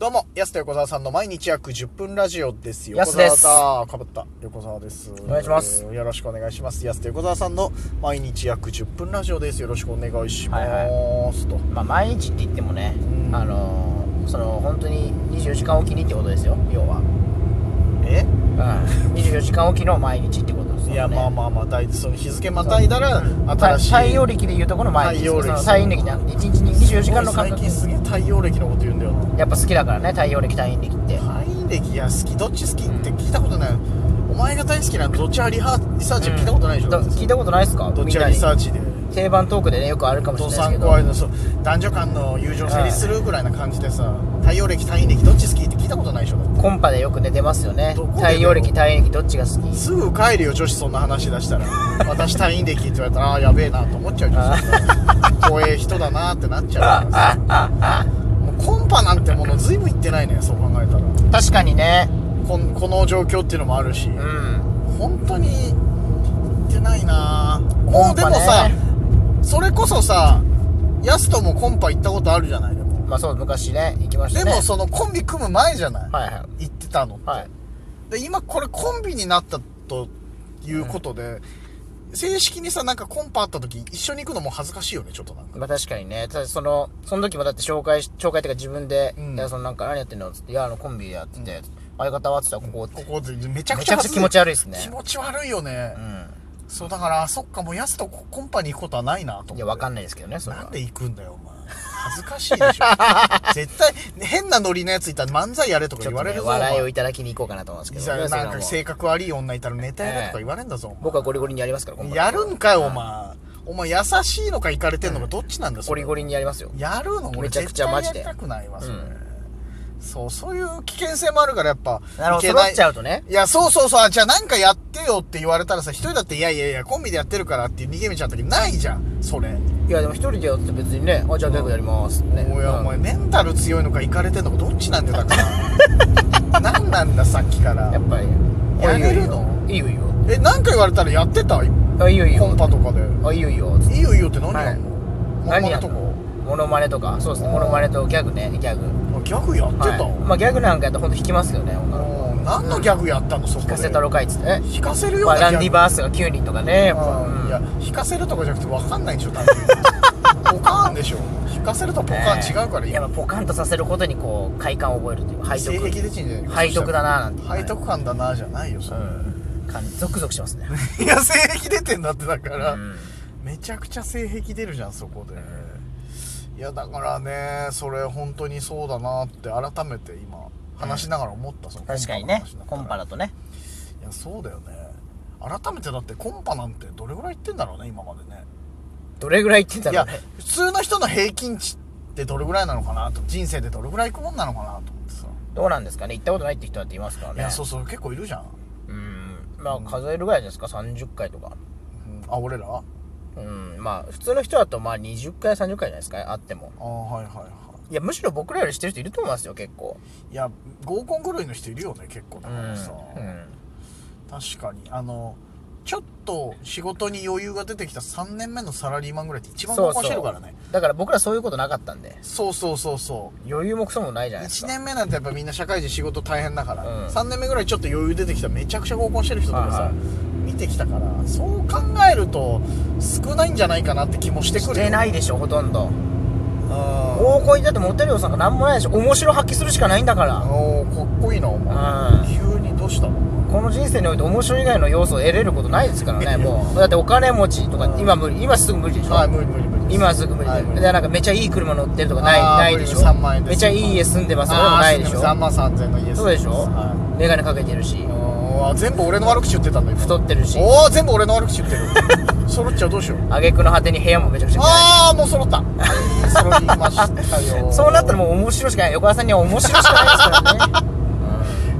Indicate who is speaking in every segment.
Speaker 1: どうも、安田横澤さんの毎日約10分ラジオです。
Speaker 2: やすです
Speaker 1: 澤だ。かぶった。横澤です。お
Speaker 2: 願いします
Speaker 1: よろしくお願いします。安田横澤さんの毎日約10分ラジオです。よろしくお願いします。
Speaker 2: はい
Speaker 1: と。
Speaker 2: まあ、毎日って言ってもね、
Speaker 1: うん
Speaker 2: あのーその本当に24時間おきにってことですよ要は、
Speaker 1: え
Speaker 2: うん、24時間おきの毎日ってことですよ、ね、
Speaker 1: いや、まあまあまあ、だいその日付またいだら、新
Speaker 2: た
Speaker 1: しい。
Speaker 2: 太陽暦でいうとこの毎日です
Speaker 1: 太陽
Speaker 2: よ
Speaker 1: 暦
Speaker 2: その太陽暦じゃなくて1日に24時間の感
Speaker 1: 最
Speaker 2: 覚
Speaker 1: 近すげえ太陽暦のこと言うんだよな。
Speaker 2: やっぱ好きだからね太陽暦太陰暦って
Speaker 1: 太陽暦が好き、どっち好きって聞いたことない。お前が大好きなのどっちはリハ、リサーチは聞いたことないでしょ。
Speaker 2: だ聞いたことないですか
Speaker 1: どっ
Speaker 2: みん
Speaker 1: ちは
Speaker 2: な
Speaker 1: リ
Speaker 2: に
Speaker 1: サーチで。
Speaker 2: 定番トークでねよくあるかもし
Speaker 1: 父
Speaker 2: れな
Speaker 1: さ
Speaker 2: い
Speaker 1: ん
Speaker 2: ですけ
Speaker 1: 怖い
Speaker 2: ど
Speaker 1: のそう男女間の友情成立するぐらいな感じでさ太陽暦太陰暦どっち好きって聞いたことないでしょだっ
Speaker 2: コンパでよくね出ますよね
Speaker 1: どこで出るの
Speaker 2: 太陽暦太陰暦どっちが好き
Speaker 1: てすぐ帰るよ女子そんな話出したら私太陰暦って言われたらああやべえなと思っちゃう女子怖え人だなってなっちゃうからさもうコンパなんてもの随分言ってないねそう考えたら
Speaker 2: 確かにね
Speaker 1: こんこの状況っていうのもあるし
Speaker 2: うん
Speaker 1: 本当に言ってないなも
Speaker 2: コ
Speaker 1: う
Speaker 2: ン
Speaker 1: で
Speaker 2: パ
Speaker 1: も
Speaker 2: ね
Speaker 1: さそれこそさヤスともコンパ行ったことあるじゃないでも
Speaker 2: まあそう昔ね行きました
Speaker 1: で
Speaker 2: ね
Speaker 1: もそのコンビ組む前じゃない、
Speaker 2: はいはい
Speaker 1: 行ってたのって、
Speaker 2: はい
Speaker 1: で今これコンビになったということで、正式にさなんかコンパあった時一緒に行くのも恥ずかしいよねちょっとなんか
Speaker 2: まあ確かにね。ただその、その時もだって紹介し、紹介っていうか自分で、
Speaker 1: うん
Speaker 2: いや、そのなんか何やってんのつって、いや、あのコンビやってて、相方はって言ったらここって。
Speaker 1: ここでめちゃく
Speaker 2: め
Speaker 1: ち
Speaker 2: ちゃ
Speaker 1: ゃ
Speaker 2: くちゃ気持ち
Speaker 1: 悪
Speaker 2: 悪いですね。
Speaker 1: 気持ち悪いよね、
Speaker 2: う
Speaker 1: そうだからあそっかもうやすとコンパに行くことはないなと思って
Speaker 2: ん。いや、わかん
Speaker 1: な
Speaker 2: ないですけどね、それは。
Speaker 1: なんで行くんだよお前恥ずかしいでしょ 絶対変なノリのやついたら漫才やれとか
Speaker 2: ちょ
Speaker 1: 言
Speaker 2: っ
Speaker 1: わ
Speaker 2: と
Speaker 1: れ
Speaker 2: ね、
Speaker 1: るぞ、
Speaker 2: 笑い
Speaker 1: お
Speaker 2: を
Speaker 1: 前
Speaker 2: いただきに行こうかなと思うんですけど、
Speaker 1: いやなんか
Speaker 2: それはもう
Speaker 1: 性格悪い女いたらネタやれとか言われんだぞ、お前
Speaker 2: 僕はゴリゴリにやりますから、今回
Speaker 1: やるんかよ、お前。お前、優しいのか、イカれてんのか、どっちなんだよ、
Speaker 2: ゴリゴ
Speaker 1: リ。
Speaker 2: リにやりますよ。
Speaker 1: やるの俺、
Speaker 2: めちゃ
Speaker 1: 絶
Speaker 2: くちゃ
Speaker 1: 対
Speaker 2: マ
Speaker 1: や
Speaker 2: ジで
Speaker 1: りたくないわ、
Speaker 2: うん
Speaker 1: それ。そう、そういう危険性もあるから、やっぱ、
Speaker 2: なるほ
Speaker 1: いけ
Speaker 2: ど、育
Speaker 1: ない
Speaker 2: っちゃうとね。
Speaker 1: いや、そうそうそう、あじゃあなんかやってよって言われたらさ、一人だって、いやいやいや、コンビでやってるからって逃げ道あった時ないじゃん、それ。
Speaker 2: いや、でも一人でやって別にね、あ、じゃあデートやりますってね。
Speaker 1: おや、
Speaker 2: うん
Speaker 1: お前、メンタル強いのか、イカれてんのか、どっちなんだよ、だ から。何なんだ、さっきから
Speaker 2: や。っぱり。
Speaker 1: やれるの
Speaker 2: いいよいいよ。
Speaker 1: え、なんか言われたらやってた
Speaker 2: あ、いいよいいよ。
Speaker 1: コンパとかで。
Speaker 2: あ、いいよいいよ。
Speaker 1: いいよいいよって何やんの
Speaker 2: はい
Speaker 1: 何やん
Speaker 2: 何やん
Speaker 1: の
Speaker 2: モノマネとか、そうですね。モノマネとギャグね、ギャグ。
Speaker 1: あギャグやってた、
Speaker 2: はいまあギャグなんかやったらほんと弾きますけどね女の子
Speaker 1: うん何のギャグやったのそこで
Speaker 2: 聞かせたろかいっつってね
Speaker 1: 引かせるよう
Speaker 2: まあ、
Speaker 1: な
Speaker 2: ラ
Speaker 1: ギャ
Speaker 2: ン
Speaker 1: グ
Speaker 2: ディバースが9人とかねやっぱ、
Speaker 1: うん
Speaker 2: うん
Speaker 1: いや引かせるとかじゃなくて分か んないでしょ多分ポカーンでしょ引かせるとポカーン違うから
Speaker 2: ねやっぱポカンとさせることにこう快感を覚えるというか背
Speaker 1: 性
Speaker 2: 徳
Speaker 1: 癖でちんじゃない
Speaker 2: 背徳だななんて
Speaker 1: 背徳感だなじゃないよそれ、
Speaker 2: 感じゾクゾクしますね、
Speaker 1: いや性癖出てんだってだか
Speaker 2: う
Speaker 1: ら、
Speaker 2: ん
Speaker 1: めちゃくちゃ性癖出るじゃんそこで、いやだからねそれ本当にそうだなって改めて今話しながら思った、その
Speaker 2: 確かにねコンパ
Speaker 1: だ
Speaker 2: だとね
Speaker 1: いやそうだよね改めてだってコンパなんてどれぐらい行ってんだろうね今までね
Speaker 2: どれぐらい行ってた
Speaker 1: いや
Speaker 2: のね
Speaker 1: 普通の人の平均値ってどれぐらいなのかなと人生でどれぐらい行くもんなのかなと思ってさ、
Speaker 2: どうなんですかね行ったことないって人だっていますから
Speaker 1: い
Speaker 2: ね
Speaker 1: やそうそう結構いるじゃん、
Speaker 2: うんまあ数えるぐらいですか30回とか
Speaker 1: うんあ俺らあ
Speaker 2: うんまあ普通の人だとまあ20回30回じゃないですかあっても
Speaker 1: あはいはいはい
Speaker 2: やむしろ僕らよりしてる人いると思いますよ結構
Speaker 1: いいや合コン狂いの人いるよね結構だからさ、
Speaker 2: うん
Speaker 1: 確かにあのちょっと仕事に余裕が出てきた3年目のサラリーマンぐらいって一番合コンしてるからね
Speaker 2: だから僕らそういうことなかったんで
Speaker 1: そうそうそうそう
Speaker 2: 余裕もクソもないじゃないです
Speaker 1: 1
Speaker 2: か
Speaker 1: 年目なんてやっぱみんな社会人仕事大変だから、
Speaker 2: うん
Speaker 1: 3年目ぐらいちょっと余裕出てきたらめちゃくちゃ合コンしてる人とかさ、
Speaker 2: はいはい
Speaker 1: 見てきたからそう考えると少ないんじゃないかなって気もしてくるよ
Speaker 2: してないでしょほとんど
Speaker 1: うん
Speaker 2: 合コンにだってモテるよさんが何もないでしょ面白発揮するしかないんだか
Speaker 1: おーかっこいいなお前
Speaker 2: う
Speaker 1: 急
Speaker 2: ん
Speaker 1: にどうしたの
Speaker 2: らこの人生において面白以外の要素を得れることないですからねもうだってお金持ちとか
Speaker 1: うん
Speaker 2: 今無理今すぐ無理でしょ、
Speaker 1: はい無理無理無理
Speaker 2: 今すぐ無理で、
Speaker 1: はい無理
Speaker 2: でなんかめちゃいい車乗ってるとかない
Speaker 1: あー
Speaker 2: ないでし
Speaker 1: 無理無
Speaker 2: ょ
Speaker 1: 理三万円です
Speaker 2: めちゃいい家住んでますとかでもないでしょ
Speaker 1: 3万3000の家
Speaker 2: そうでしょ
Speaker 1: は
Speaker 2: 眼鏡かけてるし
Speaker 1: いおー全部俺の悪口言ってたんだよ
Speaker 2: 太ってるし
Speaker 1: おお全部俺の悪口言って る揃っちゃうどうしよう
Speaker 2: 挙句の果てに部屋もめちゃくちゃ汚
Speaker 1: ああもう揃ったはい揃いましたよ
Speaker 2: いそうなったらもう面白しかない横田さんには面白しかないですからね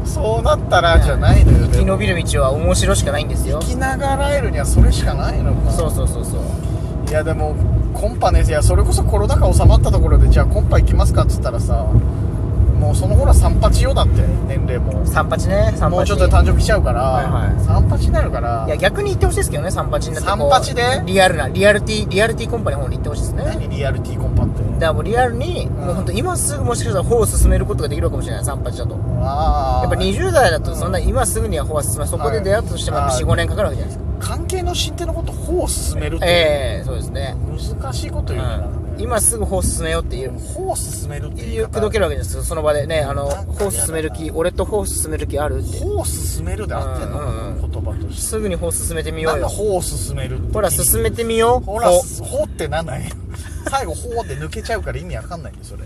Speaker 1: そうなったらじゃないのよ
Speaker 2: 生き延びる道は面白しかないんですよ
Speaker 1: 生きながらえるにはそれしかないのか
Speaker 2: そうそうそうそう
Speaker 1: いやでもコンパねいやそれこそコロナ禍収まったところでじゃあコンパ行きますかっつったらさもうその頃は38よだって年齢も
Speaker 2: 38ね38
Speaker 1: もうちょっとで誕生日来ちゃうから、
Speaker 2: はいはい
Speaker 1: 38になるから
Speaker 2: いや逆に言ってほしいですけどね38になってこう
Speaker 1: 38で
Speaker 2: リアルなリアルティリアルティコンパニーの方に行ってほしいですねだか
Speaker 1: 何リアルティコンパって
Speaker 2: らもうリアルに、もう本当今すぐもしかしたら歩を進めることができるかもしれない38だと
Speaker 1: ああ
Speaker 2: やっぱ20代だとそんな今すぐには歩は進まないそこで出会ったとしても
Speaker 1: はい
Speaker 2: 45年かかるわけじゃないですか
Speaker 1: 関係の進展のこと歩を進めるっていう、
Speaker 2: ええそうですね、
Speaker 1: 難しいこと言うからね、
Speaker 2: うん今すぐ歩を進めようっていう
Speaker 1: 歩を進めるってい
Speaker 2: 言
Speaker 1: う
Speaker 2: う口説けるわけですよその場でねあの
Speaker 1: なんか
Speaker 2: 歩を進める気俺と歩を進める気あるって
Speaker 1: 歩を進めるで合ってんの
Speaker 2: うんうんう
Speaker 1: かな言葉として
Speaker 2: すぐに歩を進めてみよ
Speaker 1: な
Speaker 2: うん
Speaker 1: だ
Speaker 2: よ
Speaker 1: 歩を進めるって
Speaker 2: ほら進めてみよう
Speaker 1: ほら
Speaker 2: 歩
Speaker 1: 歩ってなんない 最後歩って抜けちゃうから意味わかんないんで それ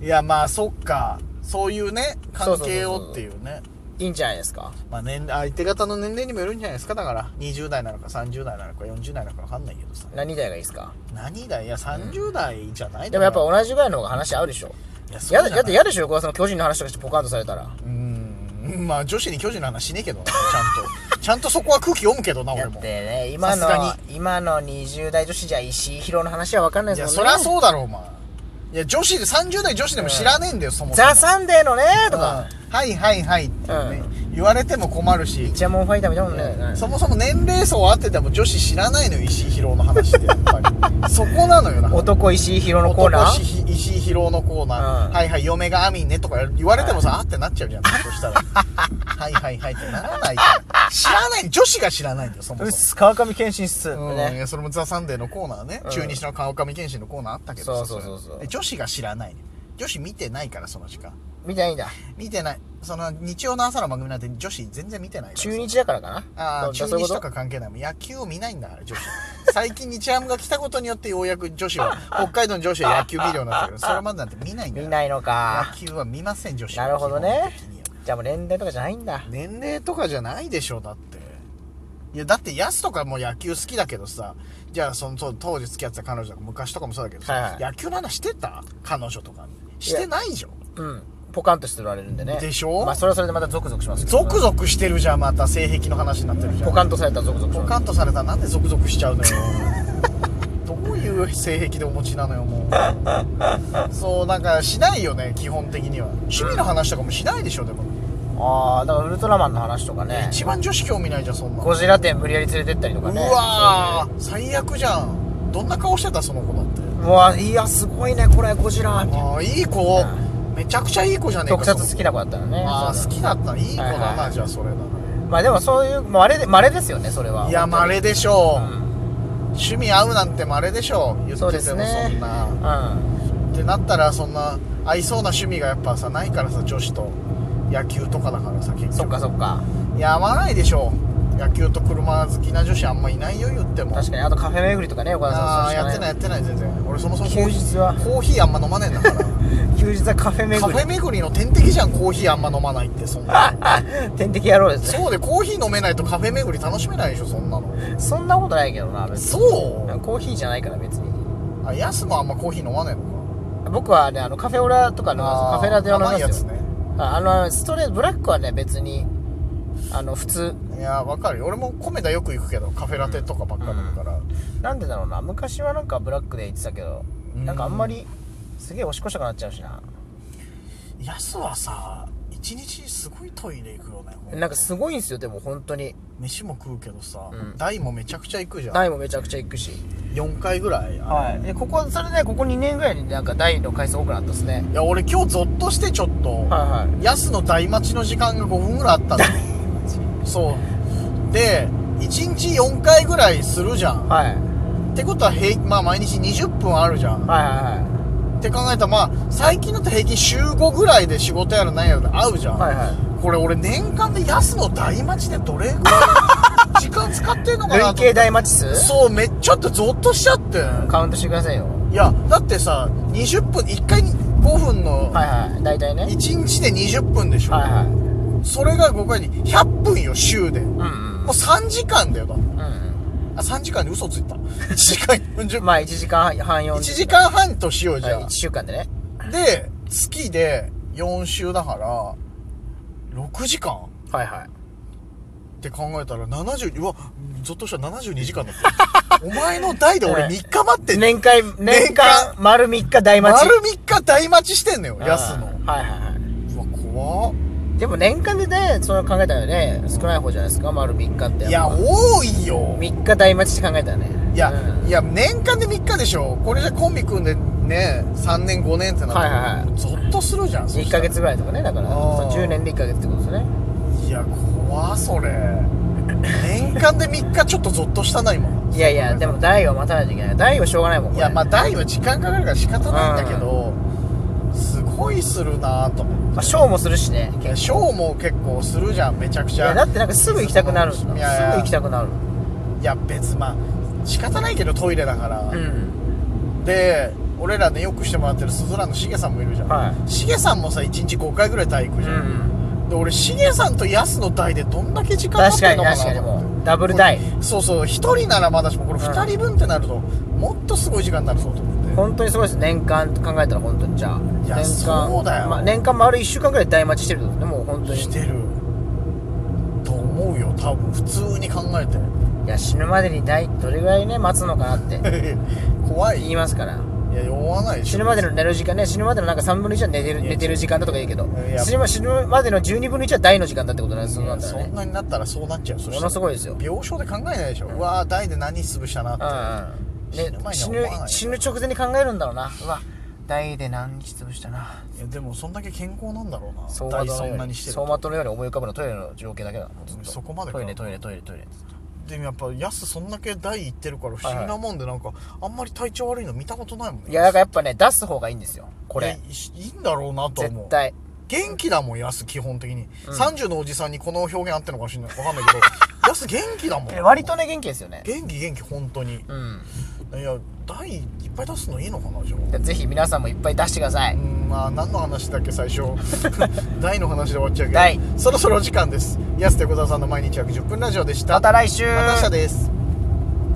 Speaker 1: いやまあそっかそういうね関係をっていうね
Speaker 2: いいんじゃないですか
Speaker 1: まあ年相手方の年齢にもよるんじゃないですかだから20代なのか30代なのか40代なのかわかんないけどさ
Speaker 2: 何代がいいですか
Speaker 1: 何代いや30代じゃない
Speaker 2: でもやっぱ同じぐらいの方が話合うでしょ
Speaker 1: いやそうじゃ
Speaker 2: や
Speaker 1: ない
Speaker 2: だだって嫌でしょ横田さんの巨人の話とかしてポカンとされたら
Speaker 1: うーんまあ女子に巨人の話しねえけどなちゃんと ちゃんとそこは空気読むけどな俺
Speaker 2: だって
Speaker 1: も
Speaker 2: ね今
Speaker 1: さすが
Speaker 2: の今の20代女子じゃ石井宏の話は分かんない
Speaker 1: い
Speaker 2: で
Speaker 1: や
Speaker 2: す
Speaker 1: そ
Speaker 2: もん
Speaker 1: り
Speaker 2: ね
Speaker 1: ゃそうだろお前いや女子で30代女子でも知らねえんだよ、そもそも
Speaker 2: ザ・サンデーのねとか
Speaker 1: うんはいはいはいっていうね、言われても困るし、
Speaker 2: ジャモンファイターみたいなもんね、うん
Speaker 1: そもそも年齢層合ってても女子知らないのよ石井宏の話ってやっぱり そこなのよな
Speaker 2: 男石井宏のコーナ
Speaker 1: 男
Speaker 2: ー
Speaker 1: 石石井宏のコーナー、
Speaker 2: うん
Speaker 1: はいはい嫁がアミンねとか言われてもさ、あってなっちゃうじゃんそしたら はいはいはいってならないから知らない女子が知らないんだよそもそも
Speaker 2: す川上健信室
Speaker 1: うんい
Speaker 2: ね
Speaker 1: やそれも「ザ・サンデーのコーナーね、
Speaker 2: うん
Speaker 1: 中日の川上健信のコーナーあったけどさ
Speaker 2: そうそうそうそう
Speaker 1: れで女子が知らない女子見てないからその時間
Speaker 2: みたいな
Speaker 1: 見てないその日曜の朝の番組なんて女子全然見てないからさ
Speaker 2: 中日だからかな
Speaker 1: ああ
Speaker 2: そ
Speaker 1: 中
Speaker 2: うそういう
Speaker 1: 日
Speaker 2: こと
Speaker 1: か関係ないもん野球を見ないんだから女子 最近日ハムが来たことによってようやく女子 は北海道の女子は野球見るようになったけどそれまでなんて見ないんだ
Speaker 2: 見
Speaker 1: よ
Speaker 2: ないのか
Speaker 1: 野球は見ません女子は
Speaker 2: なるほどね
Speaker 1: 基本的には
Speaker 2: じゃあもう年代とかじゃないんだ
Speaker 1: 年齢とかじゃないでしょだっていやだってヤスとかも野球好きだけどさじゃあその当当時付き合ってた彼女とか昔とかもそうだけどさ、
Speaker 2: はいはい
Speaker 1: 野球の話してた彼女とかにしてないじゃん
Speaker 2: うんポカンとしておられるんでね
Speaker 1: でしょ
Speaker 2: まあそれはそれでまたゾクゾクしますけど
Speaker 1: ゾクゾクしてるじゃんまた性癖の話になってるじゃん
Speaker 2: ポカンとされたらゾクゾクし
Speaker 1: ポ
Speaker 2: ます
Speaker 1: カンとされたらなんでゾクゾクしちゃ うのよどういう性癖でお持ちなのよもうそうなんかしないよね基本的には趣味の話とかもしないでしょでも、
Speaker 2: ああだからウルトラマンの話とかね
Speaker 1: 一番女子興味ないじゃんそんな
Speaker 2: ゴジラ店無理やり連れてったりとかね
Speaker 1: うわー最悪じゃんどんな顔してたその子だって
Speaker 2: そういううわいやすごいねこれゴジラ
Speaker 1: ああいい子、めちゃくちゃいい子じゃねえか
Speaker 2: 特撮好き
Speaker 1: だ
Speaker 2: な子だったらね
Speaker 1: ああ
Speaker 2: そう
Speaker 1: 好きだったいい子だな、
Speaker 2: はいはい
Speaker 1: じゃあそれだな
Speaker 2: まあでもそういうまれでまれですよねそれはい
Speaker 1: やまれでしょう、
Speaker 2: うん
Speaker 1: 趣味合うなんてまれでしょう言ってても
Speaker 2: そ
Speaker 1: そ
Speaker 2: うんですね
Speaker 1: な、
Speaker 2: うん
Speaker 1: ってなったらそんな合いそうな趣味がやっぱさないからさ女子と野球とかだからさ結局
Speaker 2: そっかそっか
Speaker 1: いや合わないでしょう野球と車好きな女子あんまいないよ言っても
Speaker 2: 確かにあとカフェ巡りとかね岡田さん
Speaker 1: あ
Speaker 2: そ
Speaker 1: あ
Speaker 2: うし
Speaker 1: や
Speaker 2: か
Speaker 1: ってないやってない全然俺そもそもコー
Speaker 2: 休
Speaker 1: ヒ
Speaker 2: 日は
Speaker 1: ーコーヒーあんま飲まねえんだから
Speaker 2: 休日はカフェ巡
Speaker 1: カフ
Speaker 2: り
Speaker 1: ェ巡りの天敵じゃんコーヒーあんま飲まないってそんな
Speaker 2: 天敵野郎ですね
Speaker 1: そうでコーヒー飲めないとカフェ巡り楽しめないでしょそんなの
Speaker 2: そんなことないけどな別に
Speaker 1: そう
Speaker 2: コーヒーじゃないから別に
Speaker 1: あヤスもあんまコーヒー飲まないのか
Speaker 2: 僕はねあのカフェオラとかのカフェラテを飲み
Speaker 1: 甘
Speaker 2: ま
Speaker 1: いや
Speaker 2: す
Speaker 1: つ
Speaker 2: よ
Speaker 1: ね
Speaker 2: ああのストレートブラックはね別にあの普通
Speaker 1: いやわかるよ俺も米田よく行くけどカフェラテとかばっか飲むから、
Speaker 2: なんでだろうな昔はなんかブラックで言ってたけど
Speaker 1: うん
Speaker 2: なんかあんまりすげえおしっこしたくなっちゃうしな
Speaker 1: ヤスはさ一日すごいトイレ行くよね
Speaker 2: なんかすごいんすよでも本当に
Speaker 1: 飯も食うけどさ、
Speaker 2: うん
Speaker 1: 台もめちゃくちゃ行くじゃん
Speaker 2: 台もめちゃくちゃ行くし
Speaker 1: 4回ぐらい、
Speaker 2: はいでここそれでここ2年ぐらいになんか台の回数多くなったっすね
Speaker 1: いや俺今日ゾッとしてちょっと、
Speaker 2: は
Speaker 1: ヤスの台待ちの時間が5分ぐらいあったの そうで1日4回ぐらいするじゃん
Speaker 2: いはいはい
Speaker 1: ってことは平、まあ、毎日20分あるじゃん
Speaker 2: はいはいはい
Speaker 1: って考えたらまあ最近だと平均週5ぐらいで仕事やらなんやらで会うじゃん、
Speaker 2: はいはい
Speaker 1: これ俺年間でヤスの台待ちでどれぐらい時間使ってんのかな
Speaker 2: 累
Speaker 1: と思っ
Speaker 2: 計
Speaker 1: て
Speaker 2: 大マチス
Speaker 1: そうめっちゃってゾッとしちゃって
Speaker 2: カウントしてくださいよ
Speaker 1: いやだってさ20分1回5分の
Speaker 2: はいはい大体ね
Speaker 1: 1日で20分でしょ、
Speaker 2: はいはい
Speaker 1: それが5回に100分よ週でも
Speaker 2: うんうん
Speaker 1: う3時間だよだって
Speaker 2: うんうん
Speaker 1: あ3時間で嘘ついた1時間40分
Speaker 2: まあ1時間半4
Speaker 1: 1時間半としようじゃ
Speaker 2: 1週間でね
Speaker 1: んで月で4週だから6時間
Speaker 2: はいはい
Speaker 1: って考えたら70うわゾッとしたら72時間だった お前の代で俺
Speaker 2: ええ
Speaker 1: 3日待ってんの
Speaker 2: 年間、年間、丸3日大待ち。
Speaker 1: 丸3日大待ちしてんのよ、
Speaker 2: あー
Speaker 1: 安の。
Speaker 2: はいはいは
Speaker 1: うわ、怖っ。
Speaker 2: い。でも年間でね、その考えたらね、少ない方じゃないですか、丸3日って。
Speaker 1: いや、多いよ。
Speaker 2: 3日大待ちって考えたらね。
Speaker 1: いや、
Speaker 2: うん
Speaker 1: いや、年間で3日でしょ。これじゃコンビ組んでね、3年5年ってなったら、
Speaker 2: はいはいは
Speaker 1: ゾッとするじゃん。そ
Speaker 2: 1
Speaker 1: した
Speaker 2: ヶ
Speaker 1: ら
Speaker 2: 月ぐらいとかね、だから、
Speaker 1: あー
Speaker 2: そう10年で1ヶ月ってことですね。
Speaker 1: いや、怖っそれ。年間で3日ちょっとゾッとしたな、今。
Speaker 2: いやいや、でも代は待たないといけない。代はしょうがないもん、
Speaker 1: い
Speaker 2: これ
Speaker 1: や、まあ、代は時間かかるから仕方ないんだけど、すごいするなぁと思
Speaker 2: まあ、ショーもするしね。
Speaker 1: って。いやショーも結構するじゃん、めちゃく
Speaker 2: い
Speaker 1: ちゃ。
Speaker 2: や、だってなんかすぐ行きたくなるんだ。
Speaker 1: いやいや
Speaker 2: すぐ行きたくなる。
Speaker 1: いや別まあ仕方ないけどトイレだから、
Speaker 2: うん。
Speaker 1: で俺らねよくしてもらってる鈴蘭のしげさんもいるじゃん、
Speaker 2: は
Speaker 1: しげさんもさ1日5回ぐらい体育
Speaker 2: い。
Speaker 1: じ
Speaker 2: う
Speaker 1: ゃん、
Speaker 2: ん。
Speaker 1: で俺しげさんとやすの代でどんだけ時間かかっ
Speaker 2: 確か
Speaker 1: てんの
Speaker 2: に
Speaker 1: かな
Speaker 2: 確かに、
Speaker 1: と思って
Speaker 2: もう、ダブル代。
Speaker 1: そうそう1人ならまだしもこれ
Speaker 2: うん
Speaker 1: 2人分ってなると、もっとすごい時間になるぞと思って
Speaker 2: 本当にすごいです年間考えたら本当にじゃあ
Speaker 1: いや
Speaker 2: 年間
Speaker 1: そうだよ
Speaker 2: まあ、年間丸1週間ぐらい大待ちしてるってことねもう本当に
Speaker 1: してると思うよ多分普通に考えて
Speaker 2: いや死ぬまでに大どれぐらいね待つのかなって
Speaker 1: 怖い
Speaker 2: 言
Speaker 1: い
Speaker 2: いますから
Speaker 1: や酔わないでしょ
Speaker 2: 死ぬまでの寝る時間ね死ぬまでのなんか3分の1は寝てる
Speaker 1: いや
Speaker 2: 寝てる時間だとか言うけど
Speaker 1: いや
Speaker 2: 死ぬま死ぬまでの12分の1は大の時間だってことなんです
Speaker 1: そ
Speaker 2: そうなんだよ
Speaker 1: そ
Speaker 2: ね
Speaker 1: んなになったらそうなっちゃうそした
Speaker 2: も
Speaker 1: ら
Speaker 2: のすごいですよ
Speaker 1: 病床で考えないでしょ、うわー大で何潰したなって、
Speaker 2: うんうん、ね、
Speaker 1: 死
Speaker 2: 死
Speaker 1: ぬ前には
Speaker 2: ぬ
Speaker 1: 思わない
Speaker 2: 死ぬ直前に考えるんだろうなうわ大で何日潰したない
Speaker 1: やでもそんだけ健康なんだろうな
Speaker 2: 走馬
Speaker 1: 大
Speaker 2: 灯
Speaker 1: そ
Speaker 2: のよ
Speaker 1: ん
Speaker 2: う
Speaker 1: な
Speaker 2: に
Speaker 1: にしてる
Speaker 2: 走馬灯のように思い浮かぶのトイレの情景だけだもうずっと
Speaker 1: そこまでか
Speaker 2: トイレトイレトイレトイレ
Speaker 1: でもやっぱヤスそんだけ大いってるから不思議なもんでなんかあんまり体調悪いの見たことないもんね
Speaker 2: いや、だからやっぱね、出す方がいいんですよ。こ
Speaker 1: いや
Speaker 2: れ
Speaker 1: い。いいんだろうなと思う
Speaker 2: 絶対。
Speaker 1: 元気だもんヤス基本的に、
Speaker 2: うん
Speaker 1: 30のおじさんにこの表現合ってるのかしんないわかんないけ どヤス元気だもん
Speaker 2: 割とね、元気ですよね。
Speaker 1: 元気元気本当に、
Speaker 2: うん。
Speaker 1: いや大いっぱい出すのいいのかなじゃあ
Speaker 2: でぜひ皆さんもいっぱい出してくださ
Speaker 1: う
Speaker 2: い。
Speaker 1: んまあ何の話だっけ最 初大の話で終わっちゃうけど
Speaker 2: 大
Speaker 1: そろそろお時間です安手小沢さんの毎日約10分ラジオでした
Speaker 2: また来週
Speaker 1: また明日です